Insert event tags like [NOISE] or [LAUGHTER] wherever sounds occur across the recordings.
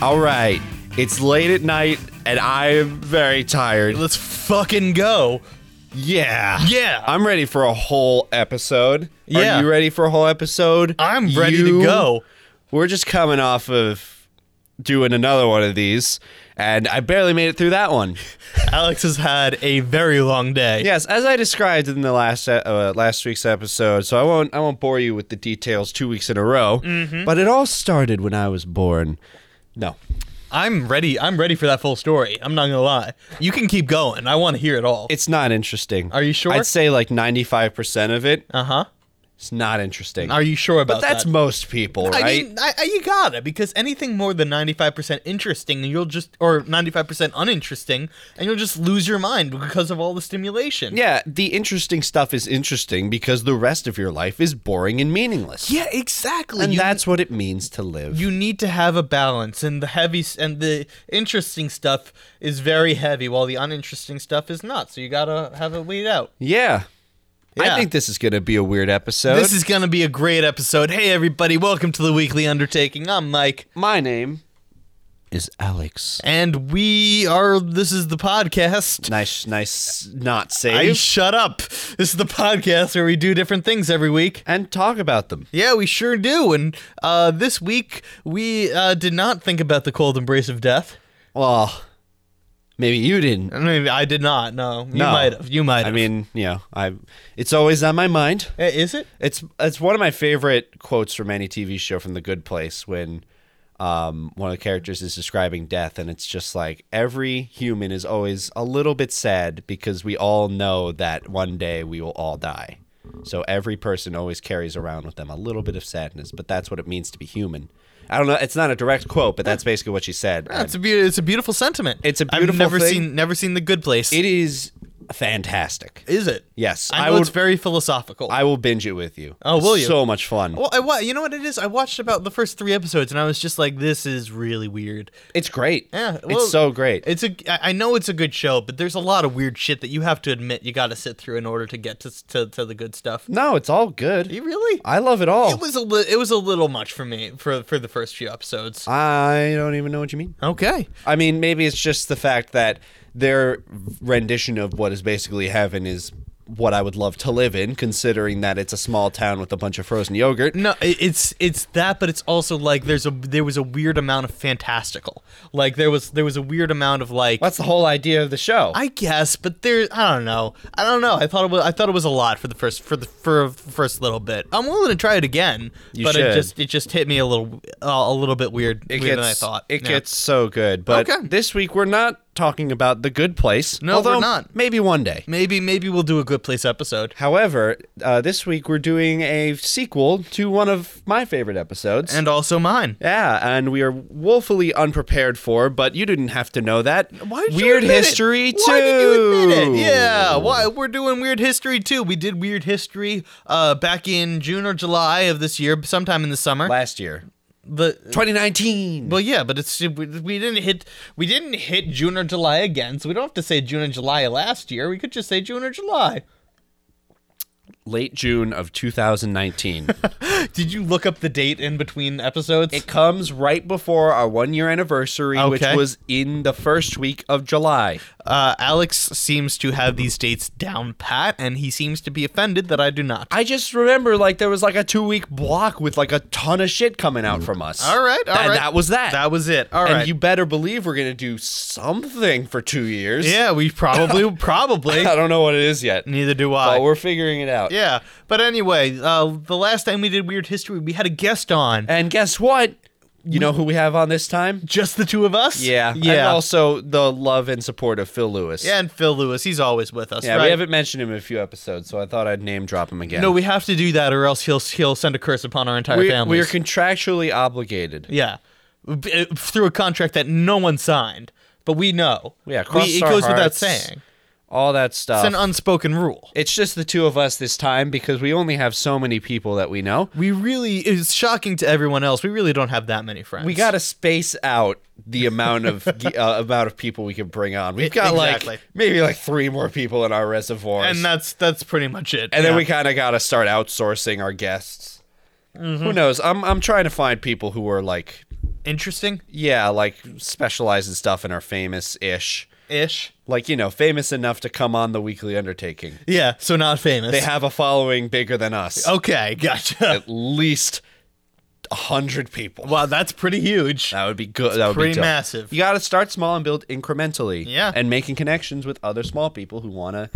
All right. It's late at night and I am very tired. Let's fucking go. Yeah. Yeah. I'm ready for a whole episode. Yeah. Are you ready for a whole episode? I'm ready to You- go. We're just coming off of doing another one of these, and I barely made it through that one. Alex has had a very long day. Yes, as I described in the last e- uh, last week's episode, so I won't I won't bore you with the details two weeks in a row. Mm-hmm. But it all started when I was born. No, I'm ready. I'm ready for that full story. I'm not gonna lie. You can keep going. I want to hear it all. it's not interesting. Are you sure? I'd say like ninety five percent of it. Uh huh. It's not interesting. Are you sure about but that's that? most people, right? I mean, I, I, you got it because anything more than ninety five percent interesting, you'll just or ninety five percent uninteresting, and you'll just lose your mind because of all the stimulation. yeah, the interesting stuff is interesting because the rest of your life is boring and meaningless. Yeah, exactly. and You- that's what it means to live. you need to have a balance and the heavy s- and the interesting stuff is very heavy while the uninteresting stuff is not so you gotta have it weed out Yeah. I Yeah. think this is going to be a weird episode. this is gonna be a great episode hey everybody welcome to the weekly undertaking i'm mike my name is Alex. and we are this is the podcast Nice nice not I save shut up this is the podcast where we do different things every week and talk about them. yeah, we sure do. And uh, this week, we uh, did not think about the cold embrace of death. Well, maybe you didn't. I mean, I did not. No, you No. might have. You might I have. mean, you know, I it's always on my mind. Eh, is it? It's it's one of my favorite quotes from any TV show from The Good Place when um, one of the characters is describing death, and it's just like every human is always a little bit sad because we all know that one day we will all die. So every person always carries around with them a little bit of sadness, but that's what it means to be human. I don't know. It's not a direct quote, but that's basically what she said. Uh, Yeah, it's a be- it's a beautiful sentiment. It's a I've beautiful never thing. seen never seen the good place. It is fantastic. is it? Yes, I I know it's would- very philosophical. I will binge it with you. Oh, will you? So much fun. well, I, wa- you know what it is? I watched about the first three episodes, and I was just like, "This is really weird." It's great. Yeah, well, it's so great. It's a. I I know it's a good show, but there's a lot of weird shit that you have to admit you got to sit through in order to get to, s- to to the good stuff. no, it's all good. You really? I love it all. It was a li- it was a little much for me for for the first few episodes. I don't even know what you mean. Okay. I mean, maybe it's just the fact that their rendition of what is basically heaven is what I would love to live in, considering that it's a small town with a bunch of frozen yogurt. No, i- it's it's that, but it's also like there's a there was a weird amount of fantastical. Like there was there was a weird amount of like That's the whole idea of the show. I guess, but there I don't know. I don't know. I thought it was I thought it was a lot for the first for the for the first little bit. I'm willing to try it again, You but should. it just it just hit me a little uh, a little bit weird, it weirder gets, than I thought. It Yeah. gets so good. But Okay. this week we're not talking about the good place. No, we're although not. Maybe one day. maybe maybe we'll do a good place episode. However, uh, this week we're doing a sequel to one of my favorite episodes. And also mine. Yeah, and we are woefully unprepared for, but you didn't have to know that. Why did you Weird admit it? history too. Why did you admit it? Yeah, why we're doing weird history too. We did weird history uh, back in June or July of this year, sometime in the summer. Last year, the 2019. well, yeah, but it's we, we didn't hit we didn't hit June or July again, so we don't have to say June and July last year. We could just say June or July. Late June of 2019. Did you look up the date in between episodes? it [LAUGHS] comes right before our one year anniversary, Okay. which was in the first week of July. uh, Alex seems to have these dates down pat, and he seems to be offended that I do not. I just remember like there was like a two week block with like a ton of shit coming out from us. All right, all and right. that was that. That was it. All right. and you better believe we're gonna do something for two years. yeah, we [LAUGHS] probably probably I don't know what it is yet. Neither do I. But we're figuring it out. yeah, but anyway, uh, the last time we did Weird History, we had a guest on. And guess what? You know who we have on this time? Just the two of us? Yeah. Yeah. And also the love and support of Phil Lewis. Yeah, and Phil Lewis, he's always with us, Yeah, right? we haven't mentioned him in a few episodes, so I thought I'd name drop him again. no, we have to do that or else he'll he'll send a curse upon our entire we, family. we are contractually obligated. yeah. B- uh, Through a contract that no one signed, but we know. Yeah, we, cross it our goes without hearts. saying. All that stuff. It's an unspoken rule. it's just the two of us this time because we only have so many people that we know. We really it's shocking to everyone else. We really don't have that many friends. We got to space out the amount of [LAUGHS] ge- uh, amount of people we can bring on. We've got E, Exactly. like maybe like three more people in our reservoirs. and that's that's pretty much it. And Yeah. then we kind of got to Mm-hmm. start outsourcing our guests. Who knows? I'm I'm trying to find people who are like interesting yeah, like specialize in stuff and are famous ish. ish. Like, you know, famous enough to come on the weekly undertaking. Yeah, so not famous. They have a following bigger than us. okay, gotcha. At least a hundred people. Wow, that's pretty huge. That would be good. That would pretty be dope. massive. You got to start small and build incrementally. Yeah. And making connections with other small people who want to.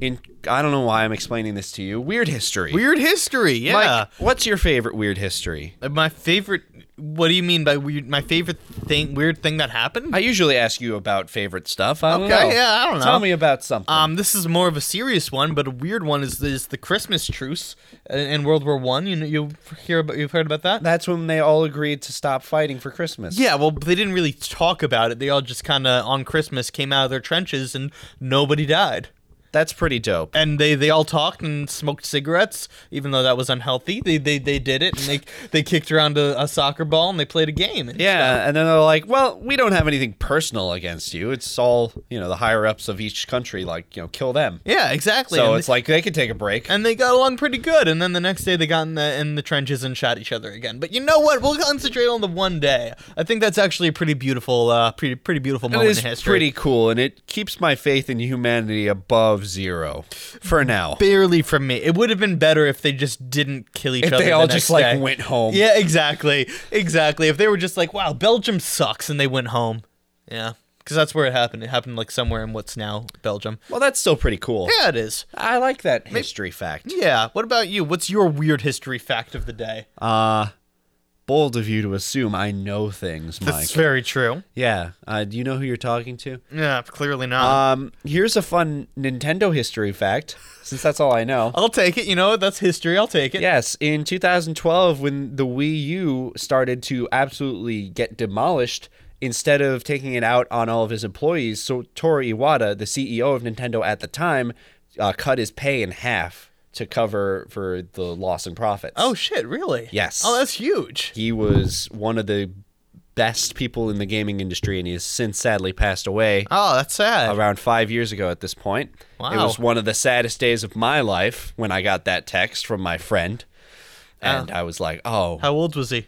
In I don't know why I'm explaining this to you. Weird history. Weird history, yeah. Mike, what's your favorite weird history? my favorite. What do you mean by weird? My favorite thing, weird thing that happened. I usually ask you about favorite stuff. I don't Okay, know. yeah, I don't know. Tell me about something. Um, this is more of a serious one, but a weird one is is the Christmas truce in, in World War One. You know, you hear about you've heard about that? That's when they all agreed to stop fighting for Christmas. Yeah, well, they didn't really talk about it. They all just kind of on Christmas came out of their trenches and nobody died. That's pretty dope. And they, they all talked and smoked cigarettes, even though that was unhealthy. They they, they did it and they they kicked around a, a soccer ball and they played a game. And Yeah, and then they're like, "Well, we don't have anything personal against you. It's all, you know, the higher ups of each country like, you know, kill them." Yeah, exactly. So and it's like they could take a break. and they got along pretty good. And then the next day, they got in the in the trenches and shot each other again. But you know what? We'll concentrate on the one day. I think that's actually a pretty beautiful, uh, pretty pretty beautiful It moment is in history. pretty cool, and it keeps my faith in humanity above zero for now. barely from me. It would have been better if they just didn't kill each If other. they the all next just like day. went home. Yeah, exactly, exactly. If they were just like, "Wow, Belgium sucks," and they went home. Yeah, because that's where it happened. It happened like somewhere in what's now Belgium. Well, that's still pretty cool. Yeah, it is. I like that history fact. Yeah. What about you? What's your weird history fact of the day? Uh bold of you to assume I know things, Mike. That's very true. yeah. Uh, do you know who you're talking to? Yeah, clearly not. Um, here's a fun Nintendo history fact, since that's all I [LAUGHS] know. I'll take it. You know, what? that's history. I'll take it. Yes, in 2012, when the Wii U started to absolutely get demolished, instead of taking it out on all of his employees, so Toru Iwata, the CEO of Nintendo at the time, uh, cut his pay in half to cover for the loss in profits. Oh shit, really? Yes. Oh, that's huge. he was one of the best people in the gaming industry, and he has since sadly passed away Oh, that's sad. around five years ago at this point. It Wow. was one of the saddest days of my life when I got that text from my friend. Uh. And I was like, oh, How old was he?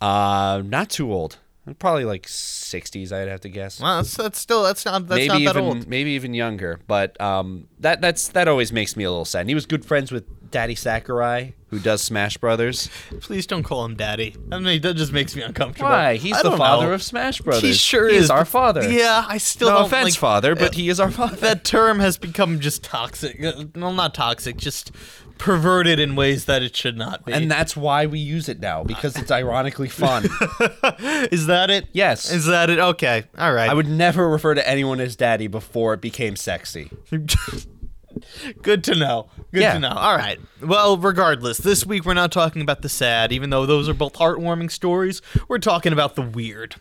uh, not too old. Probably like 60s, I'd have to guess. Wow, that's, that's still that's not that's maybe not that even old. maybe even younger, but um, that that's that always makes me a little sad. And he was good friends with Daddy Sakurai, who does Smash Brothers. Please don't call him daddy. I mean, that just makes me uncomfortable. Why? He's I the don't father know. of Smash Brothers. He sure He is our but- father. Yeah, I still No don't offense, like- uh, father, but he is our father. [LAUGHS] That term has become just toxic. Uh, Well, not toxic, just perverted in ways that it should not be. and that's why we use it now because it's ironically fun. is that it? Yes. Is that it? Okay. All right. I would never refer to anyone as daddy before it became sexy. [LAUGHS] Good to know. Good Yeah. to know. All right. Well, regardless, this week we're not talking about the sad, even though those are both heartwarming stories. We're talking about the weird.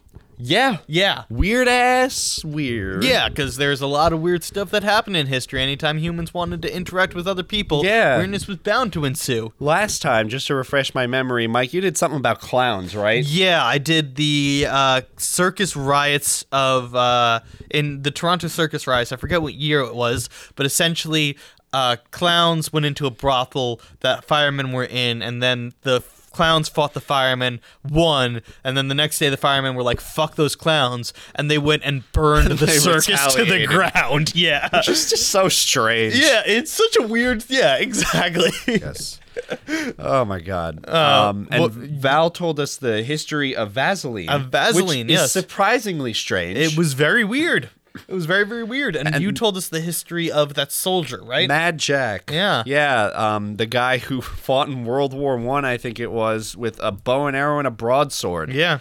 Yeah. Yeah. Weird ass weird. Yeah, because there's a lot of weird stuff that happened in history. Anytime humans wanted to interact with other people, Yeah. weirdness was bound to ensue. Last time, just to refresh my memory, Mike, you did something about clowns, right? Yeah, I did the uh, circus riots of uh, in the Toronto circus riots. I forget what year it was, but essentially, uh, clowns went into a brothel that firemen were in, and then the f- clowns fought the firemen, won, and then the next day the firemen were like, "Fuck those clowns," and they went and burned [LAUGHS] the They circus to the retaliated. [LAUGHS] ground. Yeah. It's just so strange. Yeah, it's such a weird. Yeah, [LAUGHS] exactly. Yes. Oh my God! um, and well- Val told us the history of Vaseline. Of Vaseline, which yes. is surprisingly strange. It was very weird. It was very, very weird. And, you told us the history of that soldier, right? Mad Jack. Yeah. yeah. Um, the guy who [LAUGHS] fought in World War One, I, think it was, with a bow and arrow and a broadsword. yeah.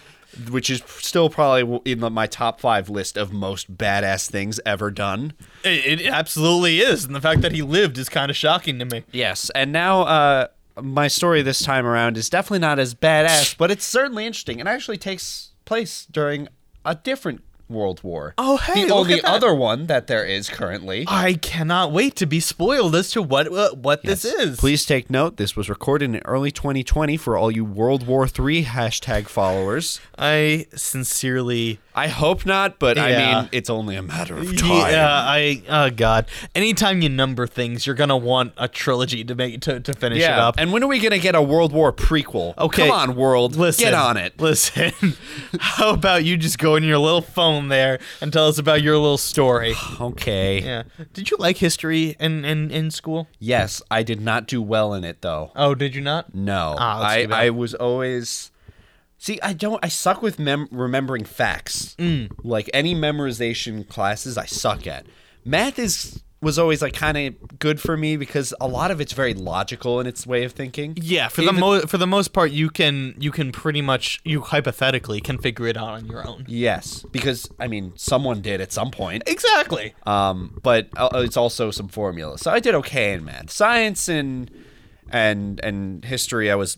which is still probably in the, my top five list of most badass things ever done. It, it absolutely is. And the fact that he lived is kind of shocking to me. Yes, and now uh, my story this time around is definitely not as badass, but it's certainly interesting. It actually takes place during a different World War. Oh, hey, the look only at that. Oh, other one that there is currently. I cannot wait to be spoiled as to what uh, what this is. Please take note. This was recorded in early 2020 for all you World War III hashtag followers. I sincerely I hope not, but I Yeah. mean, it's only a matter of time. Yeah, I oh god. Anytime you number things, you're gonna want a trilogy to make to, to finish it Yeah. up. And when are we gonna get a World War prequel? Okay. Come on, world. Listen, Get on it. Listen, [LAUGHS] how about you just go in your little phone there and tell us about your little [SIGHS] story? Okay. Yeah. Did you like history in in, in school? Yes, I did not do well in it though. Oh, did you not? No. Ah, that's I, too bad. I was always See, I don't I suck with mem- remembering facts. Mm. Like any memorization classes I suck at. Math is was always like kind of good for me because a lot of it's very logical in its way of thinking. Yeah, for the Even- mo- for the most part, you can you can pretty much you hypothetically can figure it out on your own. Yes, because I mean someone did at some point. Exactly. um, but uh, it's also some formula. So I did okay in math, science, and and and history. I was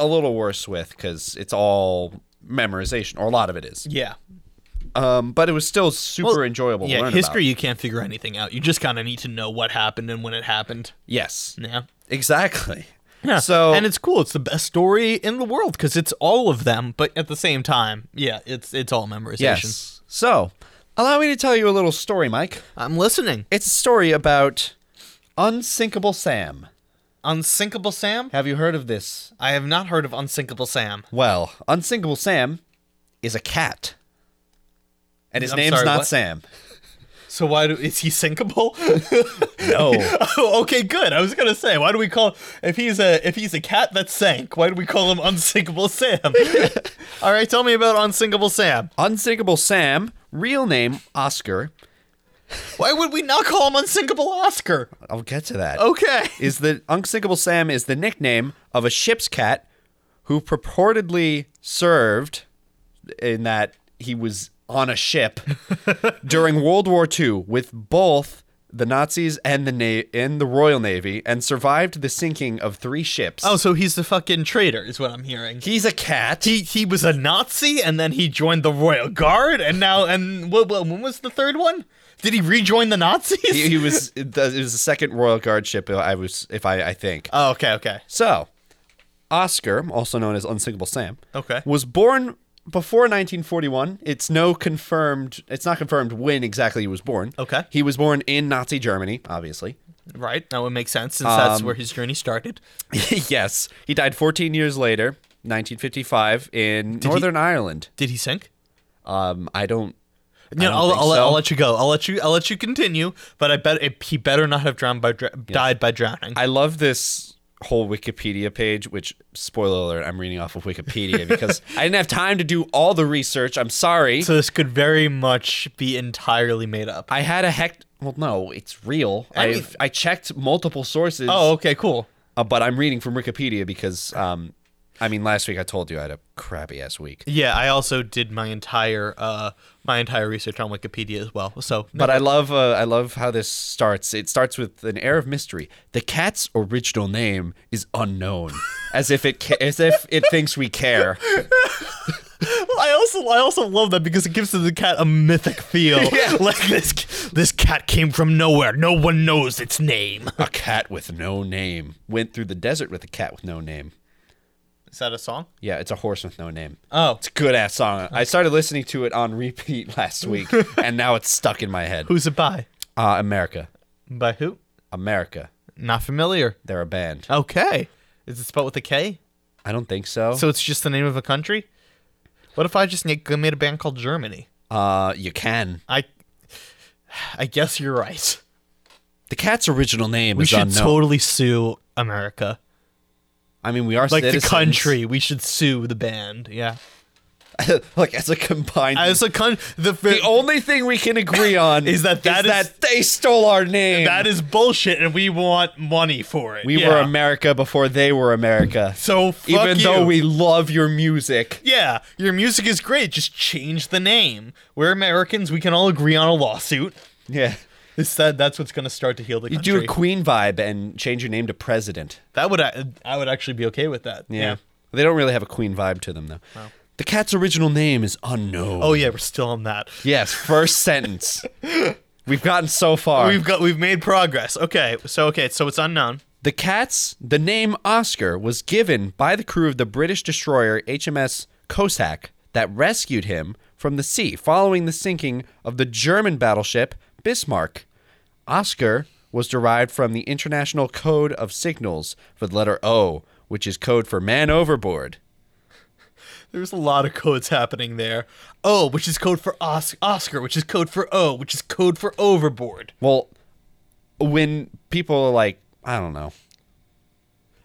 a little worse with because it's all memorization, or a lot of it is. Yeah. Um, but it was still super Well, enjoyable. to Yeah. learn History, About. you can't figure anything out. You just kind of need to know what happened and when it happened. Yes, Yeah. exactly. Mm. Yeah. So and it's cool. It's the best story in the world because it's all of them, but at the same time, yeah, it's it's all memorization. yes. So allow me to tell you a little story, Mike. I'm listening. It's a story about unsinkable Sam. Unsinkable Sam. Have you heard of this? I have not heard of Unsinkable Sam. Well, unsinkable Sam is a cat, and his I'm name's sorry, not what? Sam. So why do, is he sinkable? [LAUGHS] No. oh, [LAUGHS] okay, good. I was gonna say, why do we call if he's a if he's a cat that sank? Why do we call him [LAUGHS] Unsinkable Sam? All right, tell me about Unsinkable Sam. [LAUGHS] Unsinkable Sam, real name Oscar. Why would we not call him Unsinkable Oscar? I'll get to that. Okay. Is the Unsinkable Sam is the nickname of a ship's cat who purportedly served in that he was on a [LAUGHS] ship during World War II with both the Nazis and the Na- and the Royal Navy and survived the sinking of three ships. Oh, so he's the fucking traitor, is what I'm hearing. he's a cat. He he was a Nazi, and then he joined the Royal Guard, and now and what, what, when was the third one? Did he rejoin the Nazis? he, he was it was the second Royal Guard ship I was if I I think. oh, okay, okay. So, Oscar, also known as Unsinkable Sam, Okay. was born before 1941. It's no confirmed. It's not confirmed when exactly he was born. Okay. He was born in Nazi Germany, obviously. [LAUGHS] Right. That would make sense since Um, that's where his journey started. yes, he died 14 years later, 1955, in Northern Ireland. Did he sink? Um, I don't. No, don't I'll, think I'll, so. I'll let you go. I'll let you. I'll let you continue. But I bet it, he better not have drowned by dr- died by drowning. I love this whole Wikipedia page, which spoiler alert, I'm reading off of Wikipedia [LAUGHS] because I didn't have time to do all the research. I'm sorry. so this could very much be entirely made up. I had a hect. Well, no, it's real. I I mean- have I checked multiple sources. oh, okay, cool. uh, but I'm reading from Wikipedia because, um, I mean, last week I told you I had a crappy ass week. Yeah, I also did my entire uh my entire research on Wikipedia as well. So, But I love, uh, I love how this starts. It starts with an air of mystery. The cat's original name is [LAUGHS] unknown, as if it, ca- as if it thinks we care. I also I also love that because it gives the cat a mythic [LAUGHS] feel. Yeah. Like this this cat came from nowhere. No one knows its name. A cat with no name went through the desert with a cat with no name. Is that a song? Yeah, it's a horse with no name. Oh. It's a good ass song. I started listening to it on repeat [LAUGHS] last [LAUGHS] week, and now it's stuck in my head. Who's it by? Uh, America. By who? America. Not familiar. They're a band. Okay. Is it spelled with a K? I don't think so. So it's just the name of a country? What if I just make- made a band called Germany? uh, you can. I [SIGHS] I guess you're right. The cat's original name We is should unknown. totally sue America. I mean, we are Like the citizens. country, we should sue the band. Yeah. [LAUGHS] like as a combined. As a country, [LAUGHS] the, the only thing we can [LAUGHS] agree on Is that that is- that they stole our name. That is bullshit, and we want money for it. we Yeah. were America before they were America. so fuck even you. though we love your music, yeah, your music is great. Just change the name. We're Americans. We can all agree on a lawsuit. yeah, It's that that's what's going to start to heal the you country. do a Queen vibe and change your name to President. that would I, I would actually be okay with that. Yeah, they don't really have a Queen vibe to them though. The cat's original name is unknown. Oh yeah, we're still on that. Yes, first sentence. We've gotten so far. We've got we've made progress. Okay, so okay, so it's unknown. the cat's the name Oscar was given by the crew of the British destroyer HMS Cossack that rescued him from the sea following the sinking of the German battleship Bismarck. Oscar was derived from the International Code of Signals for the letter O, which is code for man overboard. There's a lot of codes happening there. O, which is code for Os- Oscar, which is code for O, which is code for overboard. Well, when people are like, I don't know.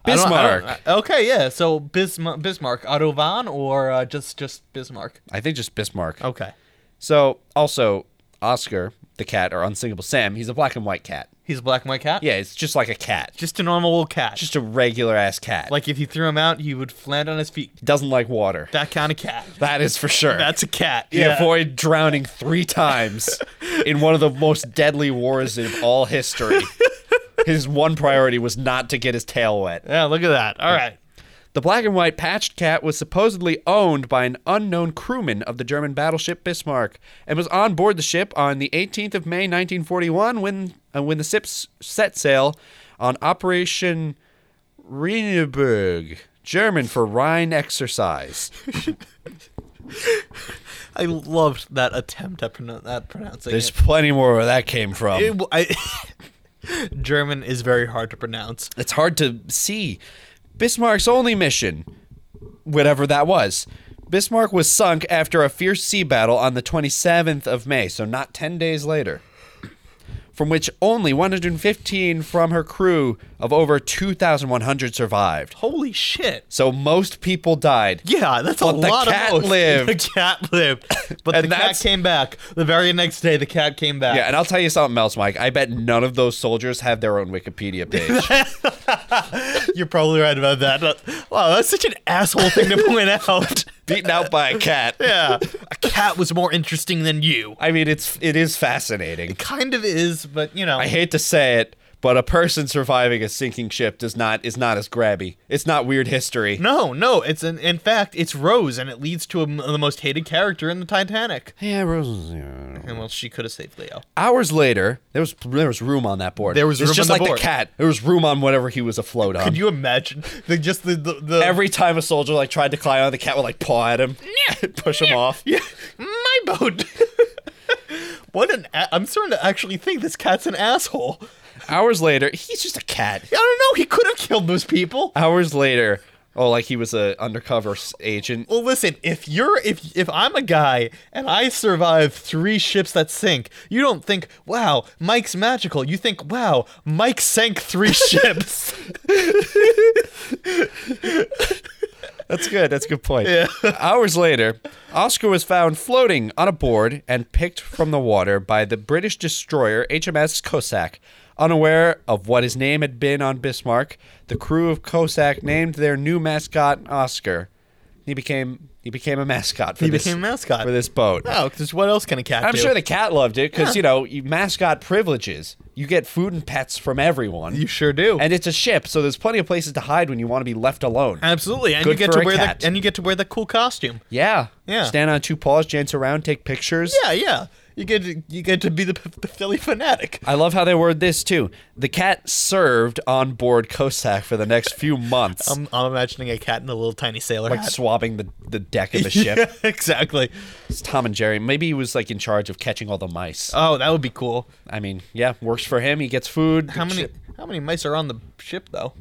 I don't- Bismarck. I I, don't- I- okay, yeah. So Bismarck, Bismarck Otto von, or uh, just just Bismarck. think just Bismarck. Okay, So, also, Oscar, the cat, or Unsinkable Sam, he's a black and white cat. he's a black and white cat. Yeah, it's just like a cat. just a normal old cat. Just a regular ass cat. like if you threw him out, he would land on his feet. doesn't like water. That kind of cat. That is for sure. That's a cat. He avoided drowning three times in one of the most deadly wars of all [LAUGHS] history. His one priority was not to get his tail wet. Yeah, look at that. All right. The black and white patched cat was supposedly owned by an unknown crewman of the German battleship Bismarck and was on board the ship on the 18th of May 1941 when uh, when the ship s- set sail on Operation Rheinberg, German for Rhine exercise. I loved that attempt at pronou- that pronouncing. There's it. plenty more where that came from. It w- I- [LAUGHS] German is very hard to pronounce. it's hard to see. Bismarck's only mission, whatever that was. Bismarck was sunk after a fierce sea battle on the 27th of May, so not 10 days later, from which only 115 from her crew of over 2,100 survived. Holy shit. So most people died. Yeah, that's a But the lot cat of oats. lived. [LAUGHS] The cat lived. But And the cat that's- came back. The very next day, the cat came back. Yeah, and I'll tell you something else, Mike. I bet none of those soldiers have their own Wikipedia [LAUGHS] page. You're probably right about that. Uh, Wow, that's such an asshole thing to point [LAUGHS] out. Beaten out by a cat. yeah. A cat was more interesting than you. I mean, it's it is fascinating. Kind of is, but you know. I hate to say it, but a person surviving a sinking ship does not is not as grabby. It's not weird history. no, no. It's an, in fact, it's Rose, and it leads to a m the most hated character in the Titanic. Yeah, And well, she could have saved Leo. Hours later, there was there was room on that board. There was it's room just on the like board. the cat. There was room on whatever he was afloat on. Could you imagine? The, just the the, the Um, Every time a soldier like tried to climb on, the cat would like paw at him, [LAUGHS] push him off. Yeah, my boat. [LAUGHS] what an! A- I'm starting to actually think this cat's an asshole. Hours later, he's just a cat. I don't know. He could have killed those people. Hours later, oh, like he was a undercover s- agent. Well, listen. If you're if if I'm a guy and I survive three ships that sink, you don't think, "Wow, Mike's magical." You think, "Wow, Mike sank [LAUGHS] three ships." That's good. That's a good point. [LAUGHS] Hours later, Oscar was found floating on a board and picked from the water by the British destroyer HMS Cossack. Unaware of what his name had been on Bismarck, the crew of Cossack named their new mascot Oscar. He became he became a mascot for He this became a mascot. for this boat. Oh, because what else can a cat I'm do? sure the cat loved it because you know you mascot privileges. You get food and pets from everyone, you sure do. and it's a ship, so there's plenty of places to hide when you want to be left alone. Absolutely, and Good you get for to a wear cat. that, and you get to wear the cool costume. Yeah. Yeah. Stand on two paws, dance around, take pictures. Yeah, yeah. You get to, you get to be the, the Philly fanatic. I love how they word this too. The cat served on board Cossack for the next few months, I'm, I'm imagining a cat in a little tiny sailor like hat. swabbing the, the deck of the ship. [LAUGHS] Yeah, exactly. It's Tom and Jerry. Maybe he was like in charge of catching all the mice. Oh, that would be cool. I mean, yeah, works for him. He gets food. How The many ship- how many mice are on the ship though?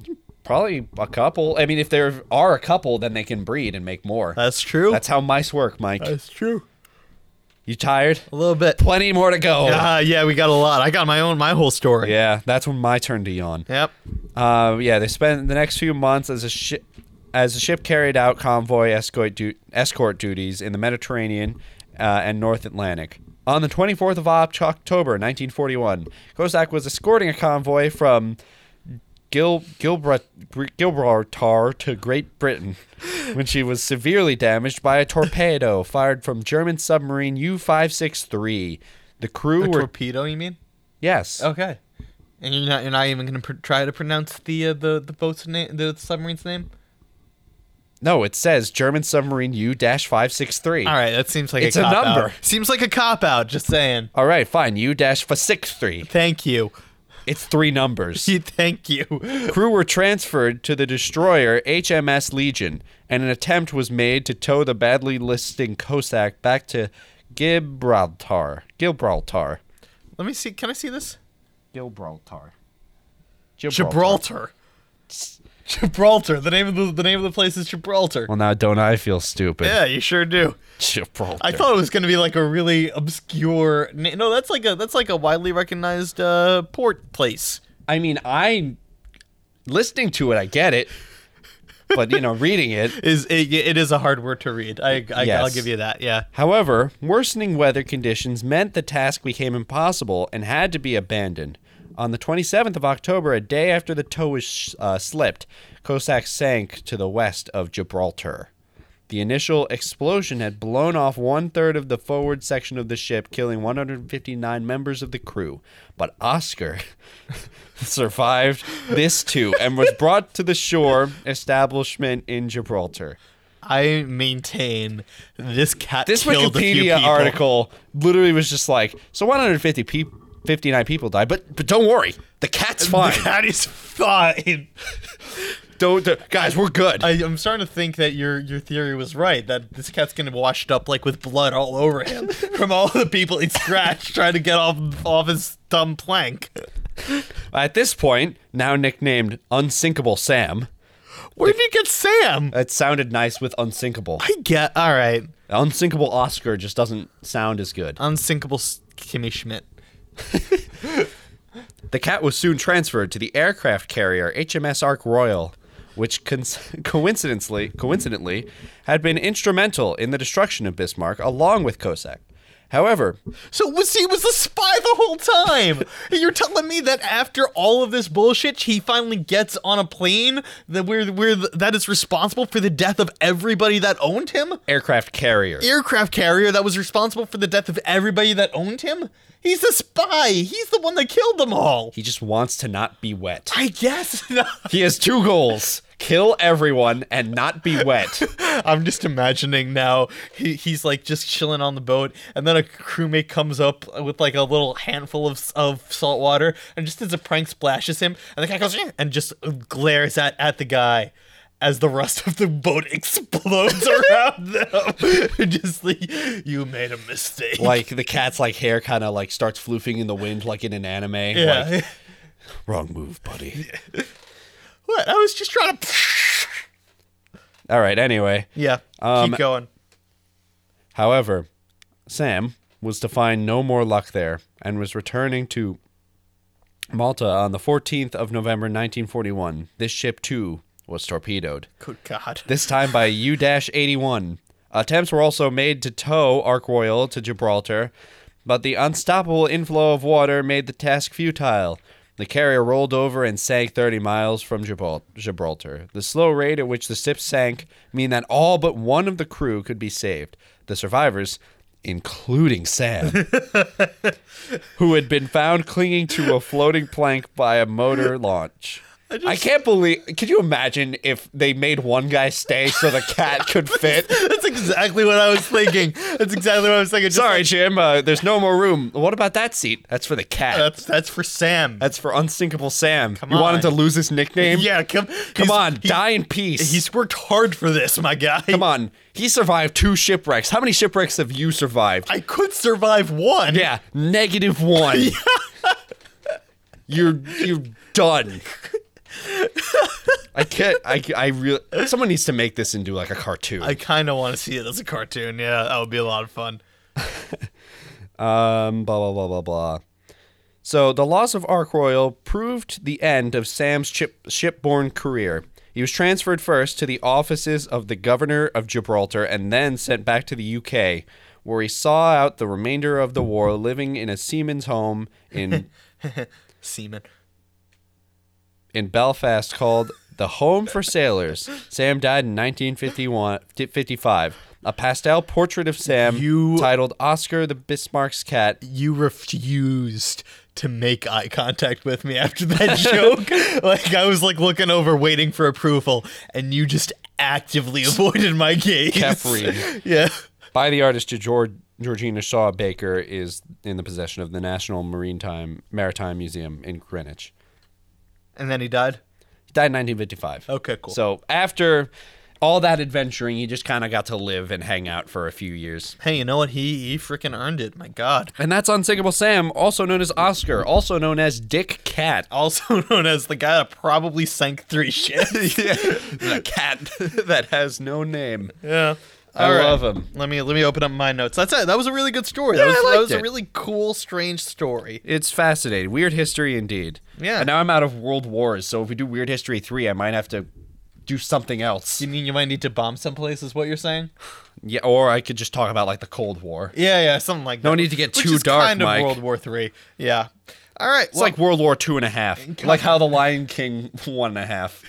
Probably a couple. I mean, if there are a couple, then they can breed and make more. That's true. That's how mice work, Mike. That's true. You tired? A little bit. Plenty more to go. Ah, yeah, we got a lot. I got my own my whole story. Oh. yeah, that's when my turn to yawn. Yep. Uh, yeah, they spent the next few months as a ship as the ship carried out convoy escort du- escort duties in the Mediterranean uh, and North Atlantic. On the 24th of Oct- October 1941, Kozak was escorting a convoy from Gil- Gilbra- Gibraltar to Great Britain when she was severely damaged by a torpedo fired from German submarine U 563. The crew were. Torpedo, you mean? yes. Okay. And you're not you're not even gonna pr- try to pronounce the uh, the the boat's name, the submarine's name. No, it says German submarine U 563. All right, that seems like It's a a cop number. Out. Seems like a cop out. Just saying. All right, fine. U dash for six three. Thank you. [LAUGHS] It's three numbers. Thank you. Crew were transferred to the destroyer HMS Legion, and an attempt was made to tow the badly listing Cossack back to Gibraltar. Gibraltar. Let me see. Can I see this? Gibraltar. Gibraltar. Gibraltar. The name of the, the name of the place is Gibraltar. Well, now don't I feel stupid? [LAUGHS] Yeah, you sure do. Gibraltar. I thought it was gonna be like a really obscure. Na- no, that's like a that's like a widely recognized uh, port place. I mean, I listening to it, I get it, but you know, reading it. Is it, it is a hard word to read. I, I I'll Yes. give you that. Yeah. However, worsening weather conditions meant the task became impossible and had to be abandoned. On the 27th of October, a day after the tow was uh, slipped, Cossack sank to the west of Gibraltar. The initial explosion had blown off one third of the forward section of the ship, killing 159 members of the crew. But Oscar [LAUGHS] survived this too and was brought to the shore establishment in Gibraltar. I maintain this cat. this killed a few Wikipedia people. [LAUGHS] article literally was just like, so 150 pe- 59 people died, but but don't worry, the cat's fine. That is fine. [LAUGHS] don't, don't- guys, we're good. I, I'm starting to think that your your theory was right. That this cat's gonna be washed up like with blood all over him from all the people he scratched [LAUGHS] trying to get off off his dumb plank. At this point, now nicknamed Unsinkable Sam, Where did you get Sam? it sounded nice with Unsinkable. I get all right. Unsinkable Oscar just doesn't sound as good. Unsinkable S- Kimmy Schmidt. The cat was soon transferred to the aircraft carrier HMS Ark Royal, which cons- [LAUGHS] coincidentally, coincidentally had been instrumental in the destruction of Bismarck along with Cossack. However, So was he was a spy the whole time? And You're telling me that after all of this bullshit, he finally gets on a plane that we're, we're that is responsible for the death of everybody that owned him? aircraft carrier. aircraft carrier that was responsible for the death of everybody that owned him? He's a spy. He's the one that killed them all. He just wants to not be wet. I guess. [LAUGHS] He has two goals kill everyone and not be wet. I'm just imagining now he, he's like just chilling on the boat, and then a crewmate comes up with like a little handful of, of salt water, and just as a prank splashes him, and the guy goes "Eh," and just glares at, at the guy. As the rest of the boat explodes [LAUGHS] around them, [LAUGHS] just like you made a mistake. Like the cat's like hair kind of like starts floofing in the wind like in an anime. yeah, Like, wrong move, buddy. what? I was just trying to. [LAUGHS] All right, anyway. Yeah. Um, keep going. However, Sam was to find no more luck there and was returning to Malta on the 14th of November 1941. This ship too was torpedoed. Good God. this time by U 81. Attempts were also made to tow Ark Royal to Gibraltar, but the unstoppable inflow of water made the task futile. The carrier rolled over and sank 30 miles from Gibral- Gibraltar. The slow rate at which the ship sank mean that all but one of the crew could be saved. The survivors, including Sam, who had been found clinging to a floating plank by a motor launch. I, can't believe. Could you imagine if they made one guy stay so the cat [LAUGHS] could fit? [LAUGHS] That's exactly what I was thinking. That's exactly what I was thinking. Just Sorry, like, Jim. Uh, there's no more room. What about that seat? That's for the cat. that's that's for Sam. That's for unsinkable Sam. you on. wanted to lose his nickname? yeah, come Come he's- on, he- die in peace. He's worked hard for this, my guy. Come on. He survived two shipwrecks. How many shipwrecks have you survived? I could survive one. yeah, negative one. [LAUGHS] You're you're done. I can't. I I really. Someone needs to make this into like a cartoon. I kind of want to see it as a cartoon. Yeah, that would be a lot of fun. Um, blah blah blah blah blah. So the loss of Ark Royal proved the end of Sam's ship shipborne career. He was transferred first to the offices of the governor of Gibraltar and then sent back to the UK, where he saw out the remainder of the war living in a seaman's home in Seaman. in Belfast called the Home for Sailors. Sam died in 1951 55. A pastel portrait of Sam You- titled Oscar the Bismarck's Cat You refused to make eye contact with me [LAUGHS] after that joke. like I was like looking over, waiting for approval, and you just actively [LAUGHS] avoided my gaze. Kept reading. [LAUGHS] Yeah. by the artist George Georgina Shaw Baker is in the possession of the National Maritime Maritime Museum in Greenwich. And then he died. He died in 1955. Okay, cool. So after all that adventuring, he just kind of got to live and hang out for a few years. Hey, you know what? He he freaking earned it. My God. And that's Unsinkable Sam, also known as Oscar, also known as Dick Cat. Also known as the guy that probably sank [LAUGHS] three ships. yeah. The cat [LAUGHS] that has. No name. Yeah. I All right. love him. Let me let me open up my notes. That's it. That was a really good story. Yeah, that was, I that liked was a it. really cool, strange story. It's fascinating. Weird history indeed. Yeah. And now I'm out of world wars, so if we do Weird History 3, I might have to do something else. You mean you might need to bomb someplace? Is what you're saying? Yeah, or I could just talk about like the Cold War. Yeah, yeah, something like that. No need to get Which too is dark, Kind of Mike. World War Three. Yeah. All right. It's like World War Two and a half. Like how the Lion King one and a half.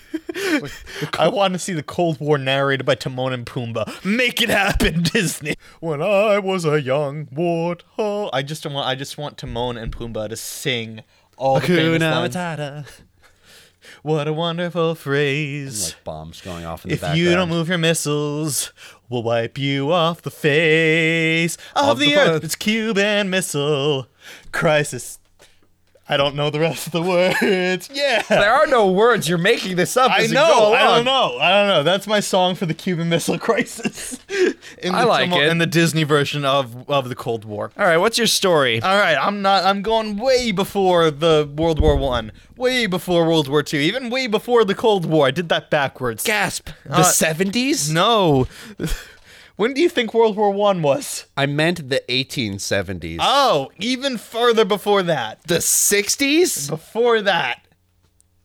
I want to see the Cold War narrated by Timon and Pumbaa. Make it happen, [LAUGHS] Disney. When I was a young warthog, I just want I just want Timon and Pumbaa to sing all the famous Hakuna lines. Matata. What a wonderful phrase! Like bombs going off in the if background. you don't move your missiles, we'll wipe you off the face of, Of the, the earth. planet. It's Cuban Missile Crisis. I don't know the rest of the words. [LAUGHS] Yeah. there are no words. You're making this up. I as you know. go I along. don't know. I don't know. That's my song for the Cuban Missile [LAUGHS] Crisis. in I like Timo- it. In the Disney version of of the Cold War. All right, what's your story? All right, I'm not. I'm going way before the World War One, way before World War Two, even way before the Cold War. I did that backwards. Gasp. The Uh, seventies? No. [LAUGHS] when do you think World War One was? I meant the eighteen seventies. Oh, even further before that. the sixties? Before that.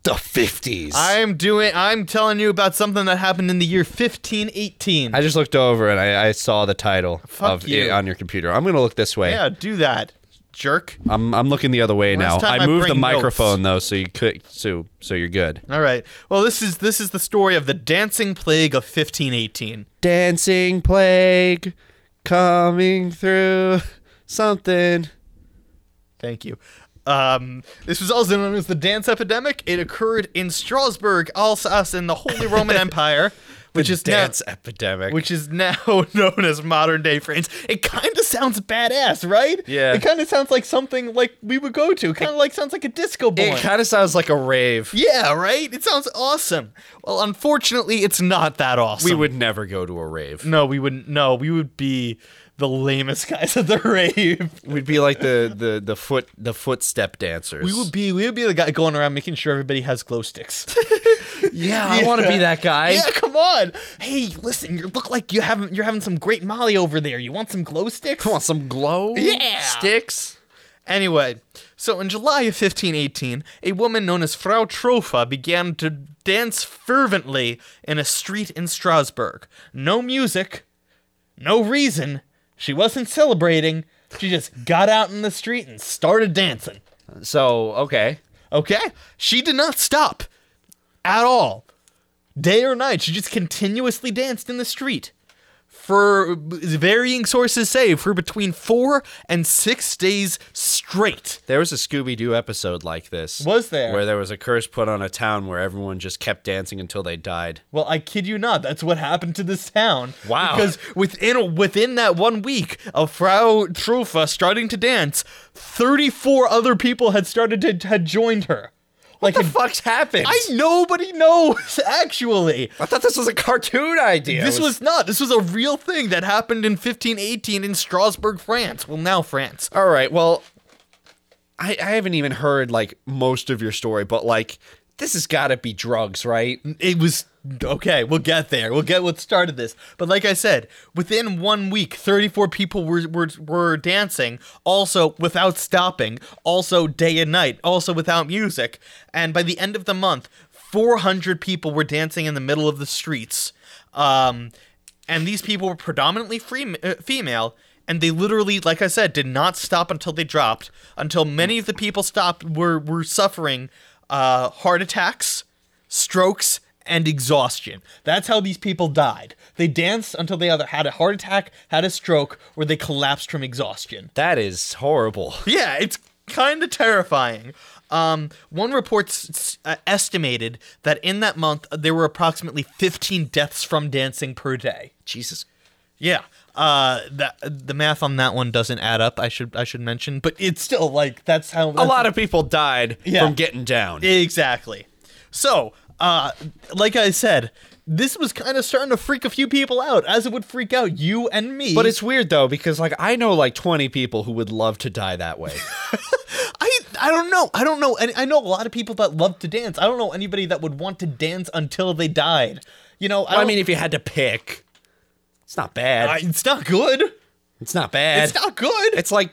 The fifties. I'm doing I'm telling you about something that happened in the year 1518. I just looked over and I, I saw the title Fuck of you. it on your computer. I'm gonna look this way. yeah, do that. Jerk. I'm I'm looking the other way now. time I I moved the bring microphone though, so you could so so you're good. All right. Well, this is this is the story of the dancing plague of 1518. Dancing plague coming through something. Thank you. Um, this was also known as the dance epidemic. It occurred in Strasbourg, Alsace, in the Holy [LAUGHS] Roman Empire, which is now- dance epidemic. which is now [LAUGHS] known as modern day France. It kind of sounds badass, right? Yeah. It kind of sounds like something like we would go to. It kind of like sounds like a disco it ball. kind of sounds like a rave. yeah, right? It sounds awesome. Well, unfortunately, it's not that awesome. We would never go to a rave. No, we wouldn't. No, we would be the lamest [LAUGHS] guys at the rave. We'd be like the the the foot the footstep dancers. We would be we would be the guy going around making sure everybody has glow [LAUGHS] sticks. Yeah, I want to be that guy. yeah, come on. Hey, listen, you look like you having you're having some great Molly over there. You want some glow sticks? Come on, some glow Yeah. sticks. Anyway, so in July of 1518, a woman known as Frau Trofa began to dance fervently in a street in Strasbourg. No music, no reason. She wasn't celebrating. She just got out in the street and started dancing. So okay, Okay? She did not stop at all. Day or night, she just continuously danced in the street. For varying sources say, for between four and six days straight. there was a Scooby Doo episode like this. Was there? Where there was a curse put on a town where everyone just kept dancing until they died. Well, I kid you not, that's what happened to this town. Wow. Because within within that one week of Frau Trufa starting to dance, 34 other people had started to had joined her. Like What the had- fuck's happened? I nobody knows [LAUGHS] actually. I thought this was a cartoon idea. This was not. This was a real thing that happened in 1518 in Strasbourg, France. Well, now France. all right. Well, I I haven't even heard like most of your story, but like this has got to be drugs, right? it was okay we'll get there we'll get what started this but like i said within one week 34 people were, were were dancing also without stopping also day and night also without music and by the end of the month 400 people were dancing in the middle of the streets um and these people were predominantly free, uh, female and they literally like i said did not stop until they dropped until many of the people stopped were were suffering uh heart attacks strokes, and exhaustion. That's how these people died. They danced until they either had a heart attack, had a stroke, or they collapsed from exhaustion. That is horrible. Yeah, it's kind of terrifying. Um, one report s- s- uh, estimated that in that month uh, there were approximately 15 deaths from dancing per day. Jesus. Yeah, Uh, that the math on that one doesn't add up. I should I should mention, but it's still like that's how A lot of people died Yeah. from getting down. Exactly. So, uh, like I said, this was kind of starting to freak a few people out, as it would freak out you and me. but it's weird though because like I know like 20 people who would love to die that [LAUGHS] way. I I don't know. I don't know. And I know a lot of people that love to dance. I don't know anybody that would want to dance until they died. You know. I, I don't- mean if you had to pick, it's not bad. I- it's not good. it's not bad. It's not good. It's like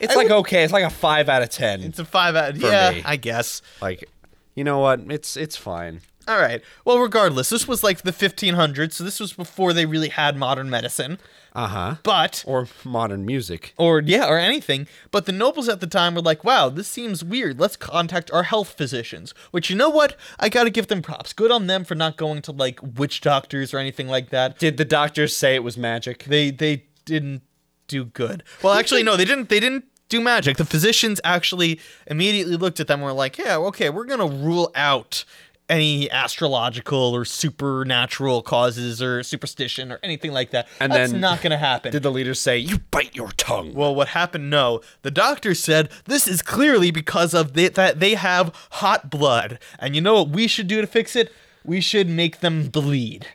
it's like okay. It's like a five out of ten. It's a five out. yeah, me. I guess. like, you know what? It's it's fine. All right. Well, regardless, this was like the 1500s, so this was before they really had modern medicine. Uh huh. But Or modern music. or yeah, or anything. But the nobles at the time were like, "Wow, this seems weird. Let's contact our health physicians." Which you know what? I gotta give them props. Good on them for not going to like witch doctors or anything like that. Did the doctors say it was magic? They they didn't do good. Well, actually, no, they didn't. They didn't do magic. The physicians actually immediately looked at them and were like, "Yeah, okay, we're gonna rule out." Any astrological or supernatural causes or superstition or anything like that. And That's then- not going to happen. Did the leaders say you bite your tongue? Well, what happened? No, the doctor said this is clearly because of the, that they have hot blood, and you know what we should do to fix it? We should make them bleed.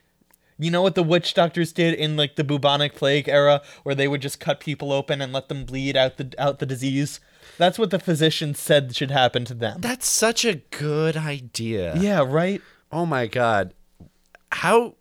You know what the witch doctors did in like the bubonic plague era, where they would just cut people open and let them bleed out the out the disease. That's what the physician said should happen to them. That's such a good idea. yeah, right. Oh my god. How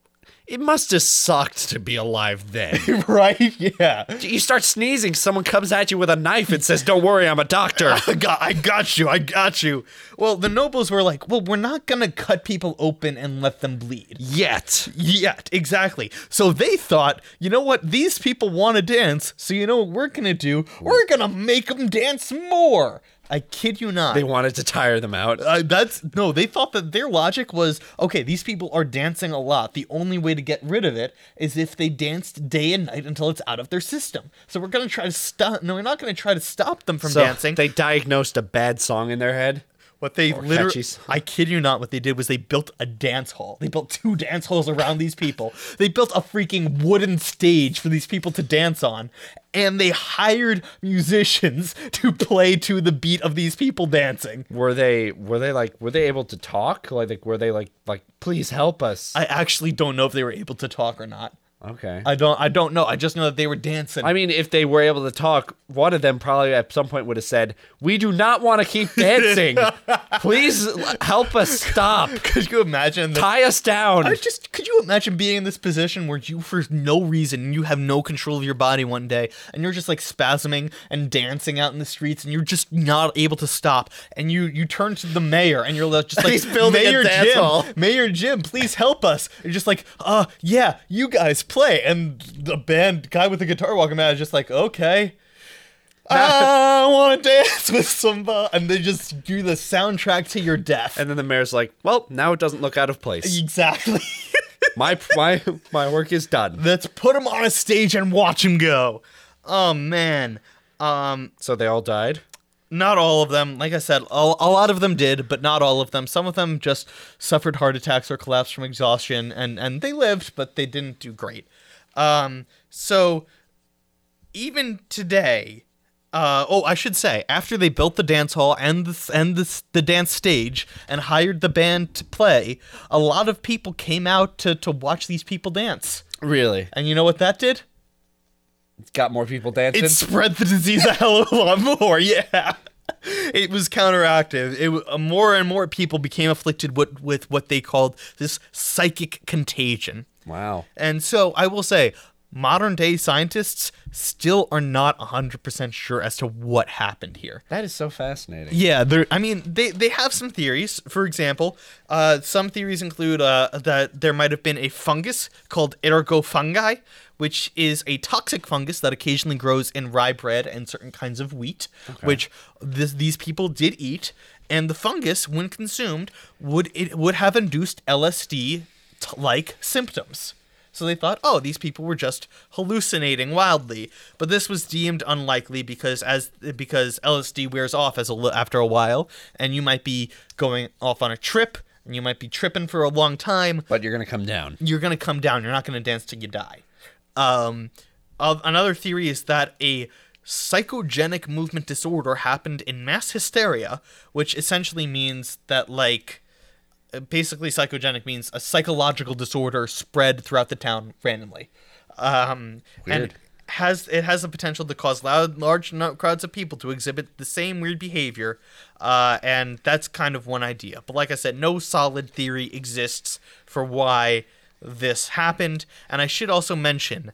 it must have sucked to be alive [LAUGHS] then. [LAUGHS] right. Yeah. you start sneezing, someone comes at you with a knife and says, "Don't worry, I'm a doctor." [LAUGHS] I got, I got you. I got you. Well, the nobles were like, well, we're not gonna cut people open and let them bleed. [LAUGHS] Yet. Yet, exactly. So they thought, you know what? These people want to dance, so you know what we're gonna do? We're gonna make them dance more. I kid you not. They wanted to tire them out. Uh, that's no. They thought that their logic was okay. These people are dancing a lot. The only way to get rid of it is if they danced day and night until it's out of their system. So we're gonna try to stop. No, we're not gonna try to stop them from So dancing. They diagnosed a bad song in their head. What they catchy literally, song. I kid you not, what they did was they built a dance hall. They built two dance halls around these people. They built a freaking wooden stage for these people to dance on. And they hired musicians [LAUGHS] to play to the beat of these people dancing. Were they were they like were they able to talk? Like, like, were they like like please help us? I actually don't know if they were able to talk or not. okay. I, I don't I don't know. I just know that they were dancing. mean, if they were able to talk, one of them probably at some point would have said, "We do not want to keep [LAUGHS] dancing. please l- help us stop. [LAUGHS] could you imagine the Tie us down." I just could you imagine being in this position where you for no reason you have no control of your body one day and you're just like spasming and dancing out in the streets and you're just not able to stop and you you turn to the mayor and you're like- just like [LAUGHS] He's building a mayor dance Jim, hall." mayor Jim please help us and you're just like uh yeah you guys play and the band guy with the guitar walking out is just [LAUGHS] like okay. I want to dance with somebody, and they just do the soundtrack to your death. and then the mayor's like, "Well, now it doesn't look out of [LAUGHS] place. exactly. [LAUGHS] My my my work is done." Let's put him on a stage and watch him go. Oh man. Um, So they all died. not all of them. Like I said, a, a lot of them did, but not all of them. Some of them just suffered heart attacks or collapsed from exhaustion, and and they lived, but they didn't do great. Um, so even today, uh, oh, I should say, after they built the dance hall and the, and the, the dance stage and hired the band to play, a lot of people came out to to watch these people dance. Really? And you know what that did? Got more people dancing. it spread the disease a hell of a lot more. [LAUGHS] Yeah, it was counteractive. It w- uh, more and more people became afflicted with, with what they called this psychic contagion. wow. And so I will say, modern day scientists still are not hundred percent sure as to what happened here. That is so fascinating. Yeah, there. I mean, they they have some theories. For example, uh, some theories include uh, that there might have been a fungus called ergofungi, which is a toxic fungus that occasionally grows in rye bread and certain kinds of wheat, which this, these people did eat. And the fungus, when consumed, would it would have induced LSD t- like symptoms. So they thought, oh, these people were just hallucinating wildly. But this was deemed unlikely because as because LSD wears off as a, li- after a while, and you might be going off on a trip, and you might be tripping for a long time. But you're gonna come down. You're gonna come down. You're not gonna dance till you die. Um, Of another theory is that a psychogenic movement disorder happened in mass hysteria, which essentially means that like basically psychogenic means a psychological disorder spread throughout the town randomly. Um, Weird. And has it has the potential to cause loud, large nu- crowds of people to exhibit the same weird behavior, uh, and that's kind of one idea. But like I said, no solid theory exists for why this happened. And I should also mention,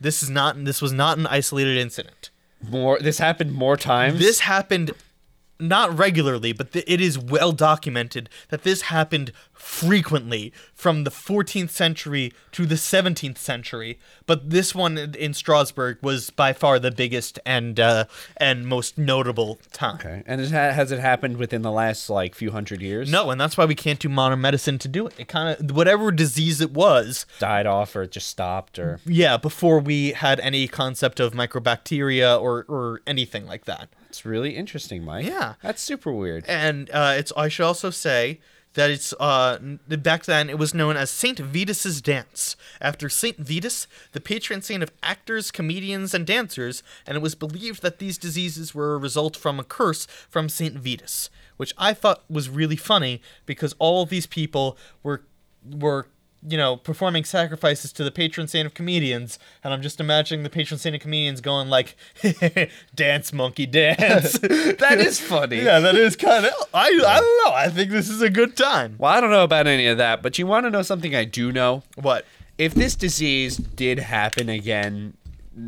this is not this was not an isolated incident. More. This happened more times. This happened not regularly, but th- it is well documented that this happened frequently from the 14th century to the 17th century. But this one in- in Strasbourg was by far the biggest and uh, and most notable time. Okay. And it ha- has it happened within the last like few hundred years? No, and that's why we can't do modern medicine to do it. It kind of whatever disease it was, Died off or it just stopped or. [LAUGHS] yeah, before we had any concept of microbacteria or or anything like that. It's really interesting, Mike. Yeah. That's super [LAUGHS] weird. and uh, it's I should also say that it's uh, n- back then it was known as Saint Vitus's Dance after Saint Vitus, the patron saint of actors, comedians, and dancers, and it was believed that these diseases were a result from a curse from Saint Vitus, which I thought was really funny because all of these people were were you know performing sacrifices to the patron saint of comedians and i'm just imagining the patron saint of comedians going like [LAUGHS] dance monkey dance that is funny. yeah, that is kind of. I I don't know. I think this is a good time. [LAUGHS] Well, I don't know about any of that, but you want to know something I do know? What? If this disease did happen again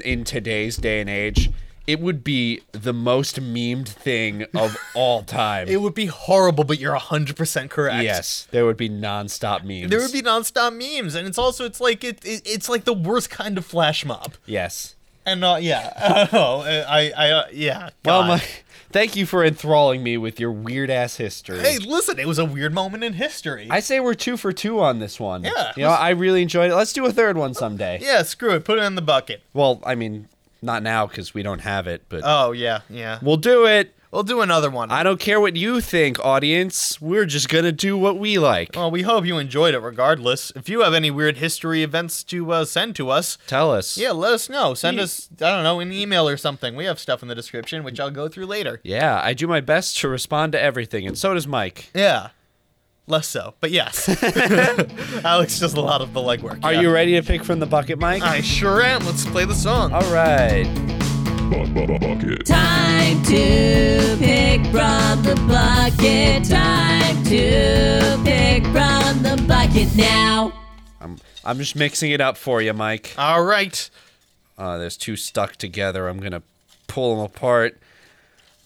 in today's day and age, it would be the most memed thing [LAUGHS] of all time. It would be horrible, but you're hundred percent correct. yes, there would be nonstop memes. There would be nonstop memes, and it's also it's like it, it it's like the worst kind of flash mob, Yes. and and not yeah. [LAUGHS] I don't know. I I, I yeah. Well, God. Mike, thank you for enthralling me with your weird ass history. hey, listen, it was a weird moment in history. I say we're two for two on this one. Yeah, You know, I really enjoyed it. Let's do a third one someday. yeah, screw it. Put it in the bucket. Well, I mean, not now because we don't have it, but Oh yeah, yeah. we'll do it. We'll do another one. I don't care what you think, audience. We're just gonna do what we like. well, we hope you enjoyed it regardless. If you have any weird history events to uh, send to us, Tell us. Yeah, let us know. Send Ye- us, I don't know, an email or something. We have stuff in the description, which I'll go through later. Yeah, I do my best to respond to everything, and so does Mike. Yeah. Less so, but yes. [LAUGHS] Alex does a lot of the legwork. Are yeah. you ready to pick from the bucket, Mike? I sure am. Let's play the song. All right. Bu- bu- bu- Bucket. Time to pick from the bucket. Time to pick from the bucket now. I'm I'm just mixing it up for you, Mike. All right. Uh, there's two stuck together. I'm gonna pull them apart.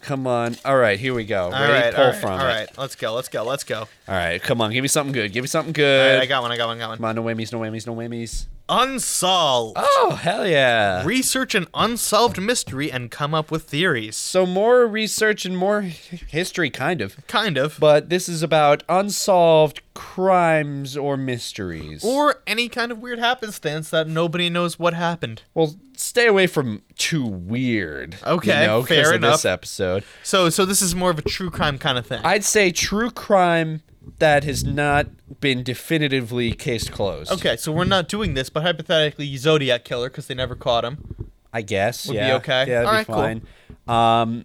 Come on. All right, here we go. All ready? right, pull all right, from all it. right. Let's go. Let's go. Let's go. All right, come on. Give me something good. Give me something All good. right, I got one. I got one. I got Come one. on, no whammies, no whammies, no whammies. Unsolved. Oh hell yeah! Research an unsolved mystery and come up with theories. So more research and more h- history, kind of. Kind of. But this is about unsolved crimes or mysteries. or any kind of weird happenstance that nobody knows what happened. well, stay away from too weird. Okay, you know, 'cause fair of enough. This episode, So, so this is more of a true crime kind of thing. I'd say true crime that has not been definitively case closed. Okay, so we're not doing this, but hypothetically, Zodiac killer because they never caught him. I guess Would be yeah. okay. Yeah, that'd All be right, cool. fine. Um,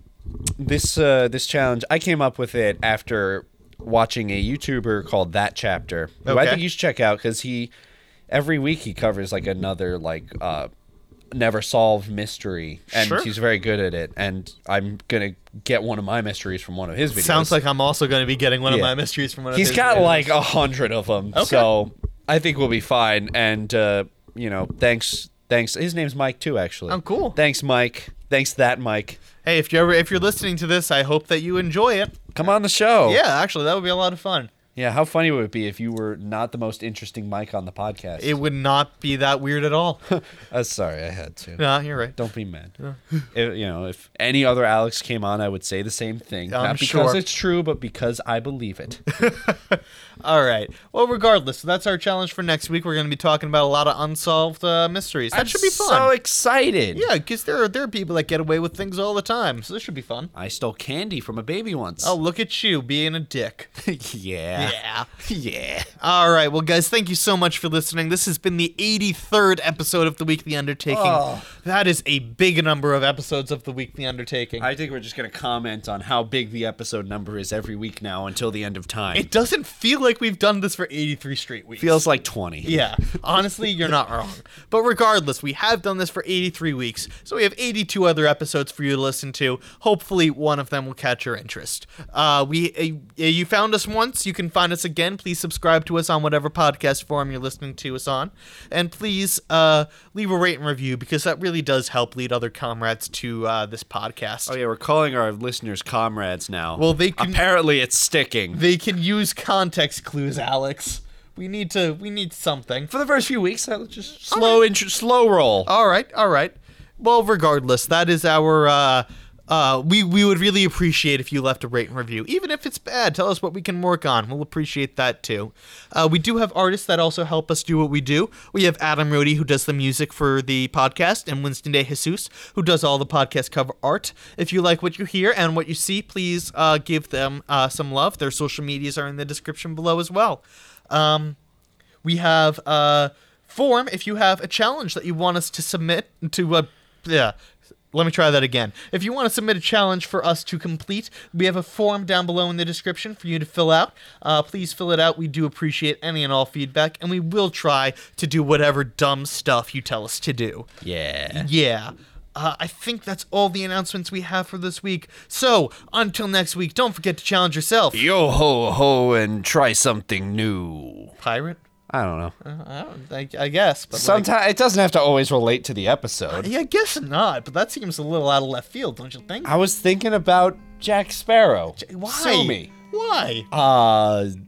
this uh, this challenge, I came up with it after watching a YouTuber called That Chapter, who I Okay. think you should check out because he every week he covers like another like uh, never solved mystery, and Sure. he's very good at it. And I'm gonna get one of my mysteries from one of his videos. Sounds like I'm also going to be getting one of Yeah. my mysteries from one of He's his got videos. like a hundred of them, so I think we'll be fine. And uh, you know, thanks, thanks. His name's Mike too, actually. Oh, cool. Thanks, Mike. Thanks, that Mike. Hey, if you're ever, if you're listening to this, I hope that you enjoy it. Come on the show. Yeah, actually, that would be a lot of fun. yeah. How funny would it be if you were not the most interesting Mike on the podcast? It would not be that weird at [LAUGHS] all. uh, sorry, I had to. no, you're right. Don't be mad. [LAUGHS] If- you know, if any other Alex came on, I would say the same thing. I'm not because sure. it's true, but because I believe it. All right. Well, regardless, so that's our challenge for next week. We're going to be talking about a lot of unsolved uh, mysteries. That I'm should be fun. So excited. yeah, because there are there are people that get away with things all the time, so this should be fun. I stole candy from a baby once. Oh, look at you being a dick. [LAUGHS] yeah. [LAUGHS] Yeah. yeah. All right. Well, guys, thank you so much for listening. This has been the 83rd episode of The Weekly Undertaking. That is a big number of episodes of The Weekly Undertaking. I think we're just going to comment on how big the episode number is every week now until the end of time. it doesn't feel like we've done this for 83 straight [LAUGHS] weeks. feels like 20. Yeah. Honestly, you're not wrong. But regardless, we have done this for 83 weeks, so we have 82 other episodes for you to listen to. Hopefully, one of them will catch your interest. Uh, we uh, you found us once, you can find us again. Please subscribe to us on whatever podcast form you're listening to us on, and please uh, leave a rate and review because that really does help lead other comrades to uh, this podcast. Oh, yeah, we're calling our listeners comrades now. Well, they can- Apparently, it's sticking. They can use context clues, Alex. We need to. We need something. For the first few weeks, I was just slow, intro, slow roll. All right, all right. Well, regardless, that is our. Uh, uh, we we would really appreciate if you left a rate and review, even if it's bad. Tell us what we can work on. We'll appreciate that too. Uh, we do have artists that also help us do what we do. We have Adam Rohde who does the music for the podcast, and Winston De Jesus who does all the podcast cover art. If you like what you hear and what you see, please uh, give them uh, some love. Their social medias are in the description below as well. Um, we have a form if you have a challenge that you want us to submit to. Uh, yeah, let me try that again. If you want to submit a challenge for us to complete, we have a form down below in the description for you to fill out. Uh, please fill it out. We do appreciate any and all feedback, and we will try to do whatever dumb stuff you tell us to do. Yeah. Yeah. Uh, I think that's all the announcements we have for this week. So, until next week, don't forget to challenge yourself. Yo ho ho and try something new. Pirate? I don't know. I, don't, I, I guess. But like- Sometimes it doesn't have to always relate to the episode. Yeah, I guess not, but that seems a little out of left field, don't you think? I was thinking about Jack Sparrow. Why? Sue me. Why? Uh,